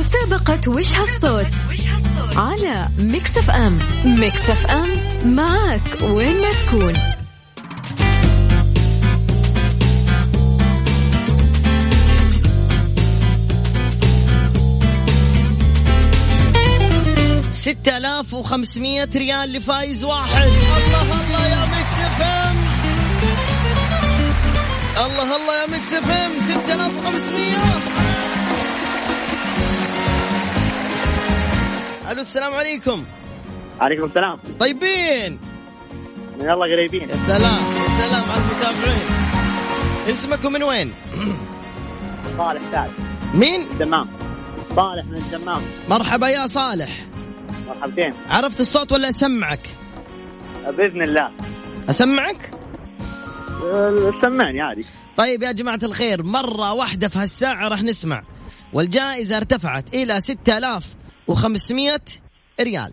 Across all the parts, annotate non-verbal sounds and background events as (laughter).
مسابقة وش هالصوت على ميكس اف ام ميكس اف ام معاك وين ما تكون ستة آلاف وخمسمية ريال لفايز واحد الله الله يا ميكس اف ام الله الله يا ميكس اف ام ستة آلاف وخمسمية الو السلام عليكم عليكم السلام طيبين من الله قريبين يا سلام يا سلام على المتابعين اسمكم من وين؟ صالح سعد مين؟ الدمام صالح من الدمام مرحبا يا صالح مرحبتين عرفت الصوت ولا اسمعك؟ باذن الله اسمعك؟ أه، سمعني عادي طيب يا جماعة الخير مرة واحدة في هالساعة راح نسمع والجائزة ارتفعت إلى 6500 ريال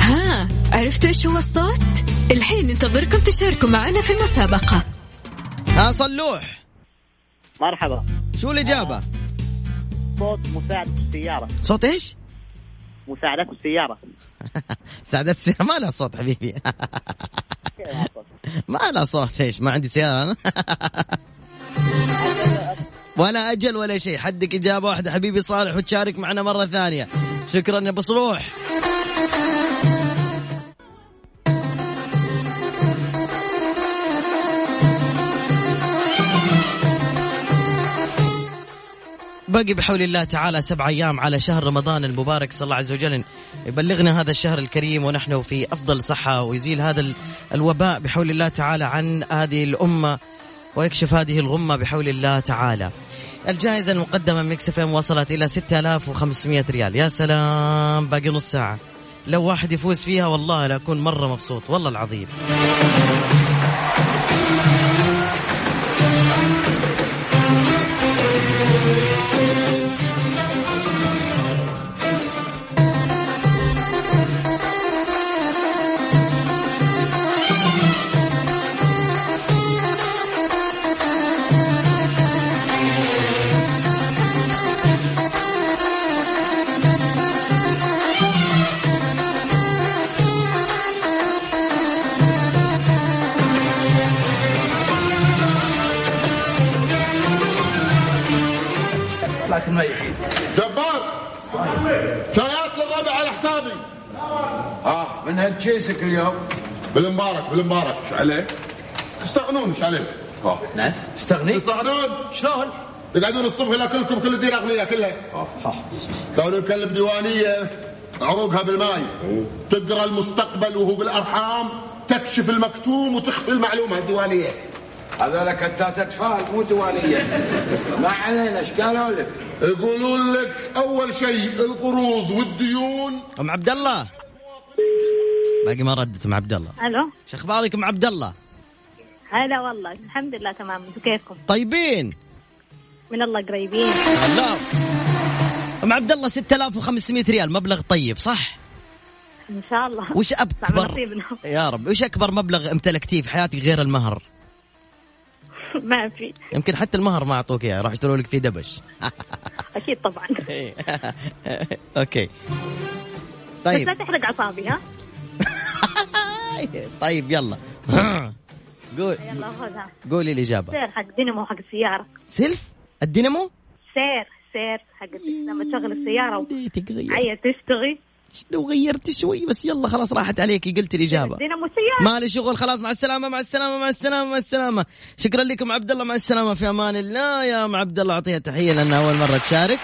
ها عرفتوا ايش هو الصوت؟ الحين ننتظركم تشاركوا معنا في المسابقة ها صلوح مرحبا شو الإجابة؟ صوت مساعدة السيارة صوت إيش؟ مساعدة السيارة سعدت السيارة ما لها صوت حبيبي (laughs) ما لها صوت إيش ما عندي سيارة أنا (laughs) ولا أجل ولا شيء حدك إجابة واحدة حبيبي صالح وتشارك معنا مرة ثانية شكرا يا أبو صلوح باقي بحول الله تعالى سبع أيام على شهر رمضان المبارك صلى الله عز وجل يبلغنا هذا الشهر الكريم ونحن في أفضل صحة ويزيل هذا ال- الوباء بحول الله تعالى عن هذه الأمة ويكشف هذه الغمة بحول الله تعالى الجائزة المقدمة من مكس ام وصلت إلى 6500 ريال يا سلام باقي نص ساعة لو واحد يفوز فيها والله لأكون مرة مبسوط والله العظيم جبار شايات للربع على حسابي اه من هالجيسك اليوم بالمبارك بالمبارك ايش عليه؟ تستغنون ايش عليه؟ نعم استغنيت تستغنون شلون؟ تقعدون الصبح لا كلكم كل الدين اغنياء كلها لو نكلم ديوانيه عروقها بالماي تقرا المستقبل وهو بالارحام تكشف المكتوم وتخفي المعلومه الديوانيه هذول كتات اطفال مو دواليه ما علينا ايش قالوا لك؟ يقولون لك اول شيء القروض والديون أم عبد الله باقي ما ردت أم عبد الله الو شو أخبارك أم عبد الله هلا والله الحمد لله تمام انتم كيفكم طيبين من الله قريبين الله ام عبد الله 6500 ريال مبلغ طيب صح؟ ان شاء الله وش نعم، اكبر نصيبنا. (laughs) يا رب وش اكبر مبلغ امتلكتيه في حياتك غير المهر؟ ما في يمكن حتى المهر ما اعطوك اياه راح يشتروا لك فيه دبش (laughs) اكيد طبعا إيه. اوكي بس طيب لا تحرق اعصابي ها طيب يلا (laughs) قول يلا خذها قولي الاجابه سير حق دينامو حق السياره سلف الدينامو سير سير حق لما تشغل السياره بديت تغير وعيا تشتغي لو غيرت شوي بس يلا خلاص راحت عليك قلت الاجابه دينامو السياره ما لي شغل خلاص مع السلامة مع السلامة مع السلامة مع السلامة شكرا لكم عبد الله مع السلامة في أمان الله يا أم عبد الله أعطيها تحية لأنها أول مرة تشارك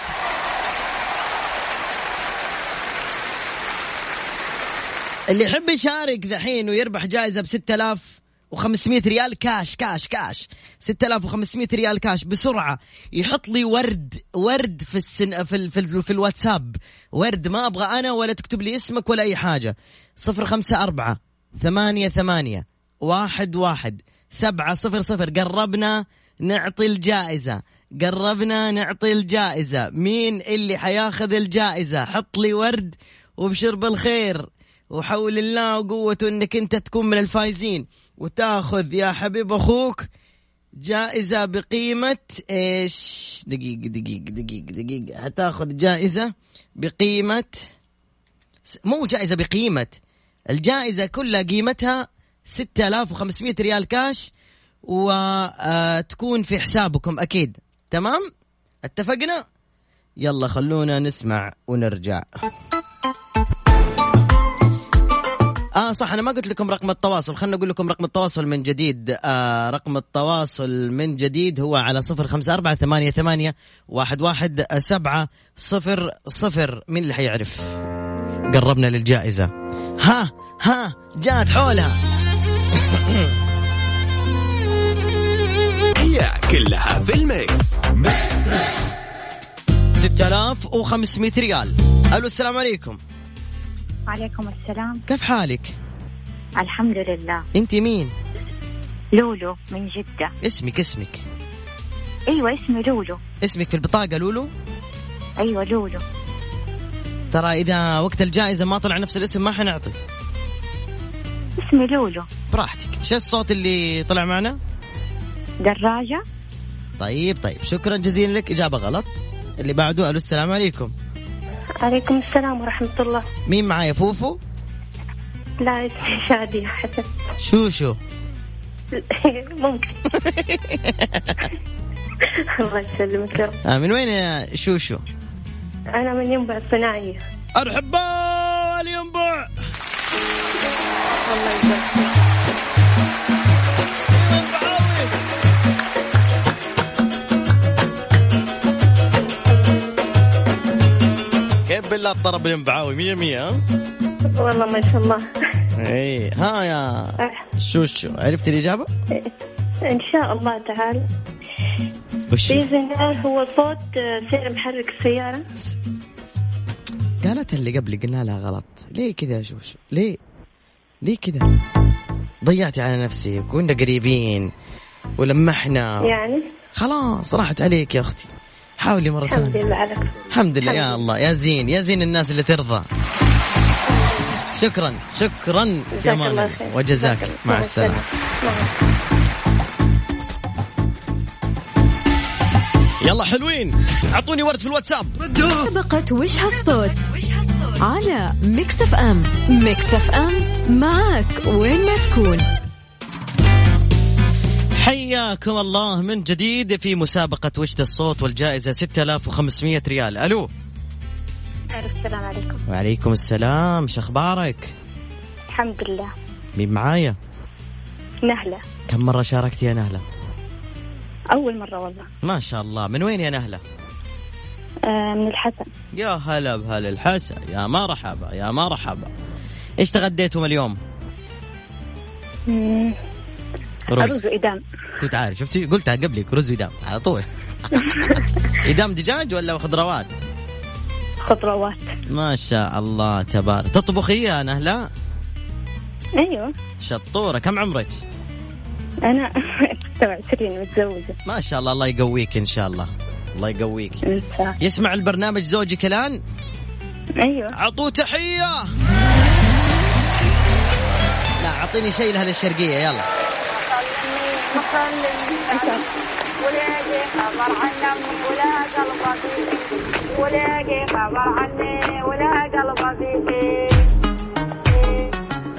اللي يحب يشارك ذحين ويربح جائزة ب 6000 و500 ريال كاش كاش كاش 6500 ريال كاش بسرعة يحط لي ورد ورد في السن في ال... في, ال... في الواتساب ورد ما ابغى انا ولا تكتب لي اسمك ولا اي حاجة 054 ثمانية ثمانية واحد واحد سبعة صفر صفر قربنا نعطي الجائزة قربنا نعطي الجائزة مين اللي حياخذ الجائزة حط لي ورد وبشرب الخير وحول الله وقوته انك انت تكون من الفايزين وتاخذ يا حبيب اخوك جائزة بقيمة ايش؟ دقيقة دقيقة دقيقة دقيقة هتاخذ جائزة بقيمة س- مو جائزة بقيمة الجائزة كلها قيمتها 6500 ريال كاش وتكون في حسابكم اكيد تمام؟ اتفقنا؟ يلا خلونا نسمع ونرجع اه صح انا ما قلت لكم رقم التواصل خلنا اقول لكم رقم التواصل من جديد آه رقم التواصل من جديد هو على صفر خمسة أربعة ثمانية, ثمانية واحد, واحد سبعة صفر صفر مين اللي حيعرف قربنا للجائزة ها ها جات حولها (laughs) هي كلها في الميكس 6500 ريال الو السلام عليكم وعليكم السلام كيف حالك الحمد لله انت مين لولو من جدة اسمك اسمك أيوة اسمي لولو اسمك في البطاقة لولو أيوة لولو ترى إذا وقت الجائزة ما طلع نفس الاسم ما حنعطي اسمي لولو براحتك شو الصوت اللي طلع معنا دراجة طيب طيب شكرا جزيلا لك إجابة غلط اللي بعده ألو السلام عليكم عليكم السلام ورحمة الله مين معايا فوفو لا اسمي شادية حسن شوشو (laughs) ممكن (laughs) الله يسلمك يا رب آه من وين يا شوشو أنا من ينبع الصناعية أرحبا الينبع الله يبارك كيف بالله الطرب الينبعاوي مية مية ها؟ فيك. والله ما شاء الله ايه ها يا آه، شوشو عرفت الإجابة إن شاء الله تعالى وش بإذن الله هو صوت آه، سير محرك السيارة قالتها اللي قبل قلنا لها غلط ليه كذا يا شوشو ليه ليه كذا ضيعتي على نفسي كنا قريبين ولمحنا يعني خلاص راحت عليك يا اختي حاولي مره الحمد ثانيه لله على كل الحمد لله يا الحمد الله يا زين يا زين الناس اللي ترضى شكرا شكرا يا جزاك الله مانا خير. جزاك وجزاك الله. مع السلامه مع يلا حلوين اعطوني ورد في الواتساب مسابقة وش هالصوت على ميكس اف ام ميكس اف ام معك وين ما تكون حياكم الله من جديد في مسابقه وش ذا الصوت والجائزه 6500 ريال الو السلامة. السلام عليكم وعليكم السلام شخبارك الحمد لله مين معايا نهلة كم مره شاركتي يا نهله أول مرة والله ما شاء الله من وين يا نهله آه، من الحسن يا هلا بهل الحسا يا مرحبا يا مرحبا ايش تغديتم اليوم؟ مم. رز أرز وإدام كنت عارف شفتي قلتها قبلك رز ودام على طول (laughs) ادام دجاج ولا خضروات؟ خضروات ما شاء الله تبارك تطبخي يا نهلا أيوه شطوره كم عمرك؟ أنا (laughs) 26 متزوجة ما شاء الله الله يقويك ان شاء الله الله يقويك إن شاء الله. يسمع البرنامج زوجك الان أيوه عطوه تحيه لا اعطيني شيء لاهل الشرقيه يلا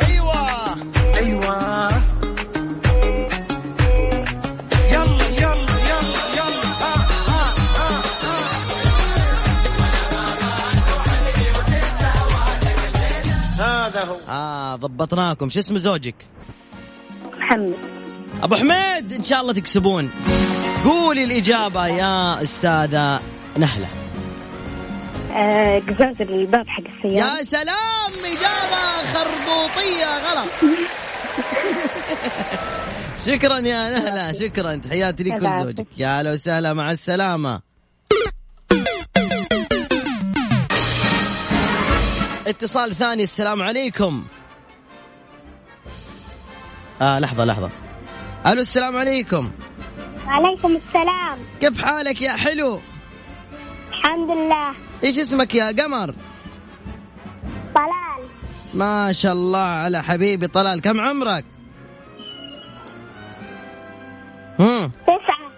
ايوه ايوه يلا يلا يلا يلا ها ها ها ها هذا هو اه ضبطناكم شو اسم زوجك محمد ابو حميد ان شاء الله تكسبون قولي الاجابه يا استاذه نهله آه، قزاز الباب حق السيارة يا سلام اجابه خربوطيه غلط (laughs) شكرا يا نهله شكرا تحياتي لك العفو. ولزوجك يا هلا وسهلا مع السلامه اتصال ثاني السلام عليكم آه لحظه لحظه الو السلام عليكم وعليكم السلام كيف حالك يا حلو الحمد لله ايش اسمك يا قمر ما شاء الله على حبيبي طلال كم عمرك؟ هم تسعة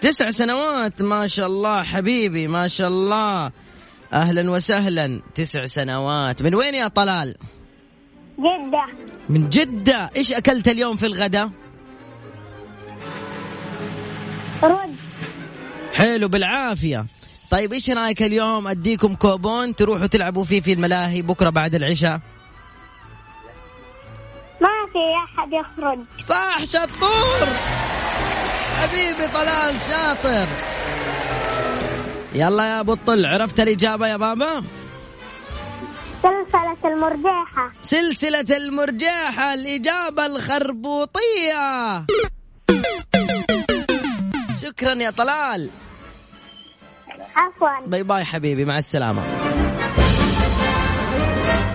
تسع سنوات ما شاء الله حبيبي ما شاء الله اهلا وسهلا تسع سنوات من وين يا طلال؟ جدة من جدة ايش اكلت اليوم في الغداء؟ رد حلو بالعافية طيب ايش رايك اليوم اديكم كوبون تروحوا تلعبوا فيه في الملاهي بكرة بعد العشاء ما في أحد يخرج صح شطور حبيبي طلال شاطر يلا يا ابو الطل عرفت الاجابة يا بابا سلسلة المرجحة سلسلة المرجاحة الإجابة الخربوطية شكرا يا طلال عفوا باي باي حبيبي مع السلامة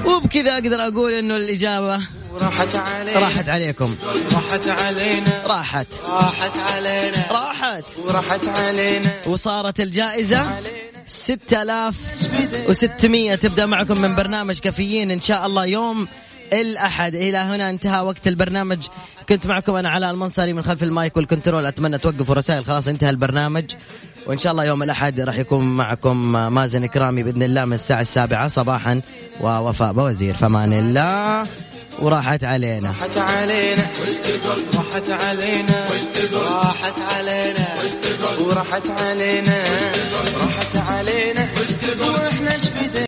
وبكذا أقدر أقول إنه الإجابة وراحت علينا راحت عليكم راحت علينا راحت راحت علينا راحت وراحت علينا وصارت الجائزة 6600 تبدأ معكم من برنامج كافيين إن شاء الله يوم الأحد إلى هنا انتهى وقت البرنامج كنت معكم أنا علاء المنصري من خلف المايك والكنترول أتمنى توقفوا رسائل خلاص انتهى البرنامج وإن شاء الله يوم الأحد راح يكون معكم مازن إكرامي بإذن الله من الساعة السابعة صباحا ووفاء بوزير فمان الله وراحت علينا راحت علينا راحت علينا راحت علينا وراحت علينا راحت علينا واحنا ايش بدنا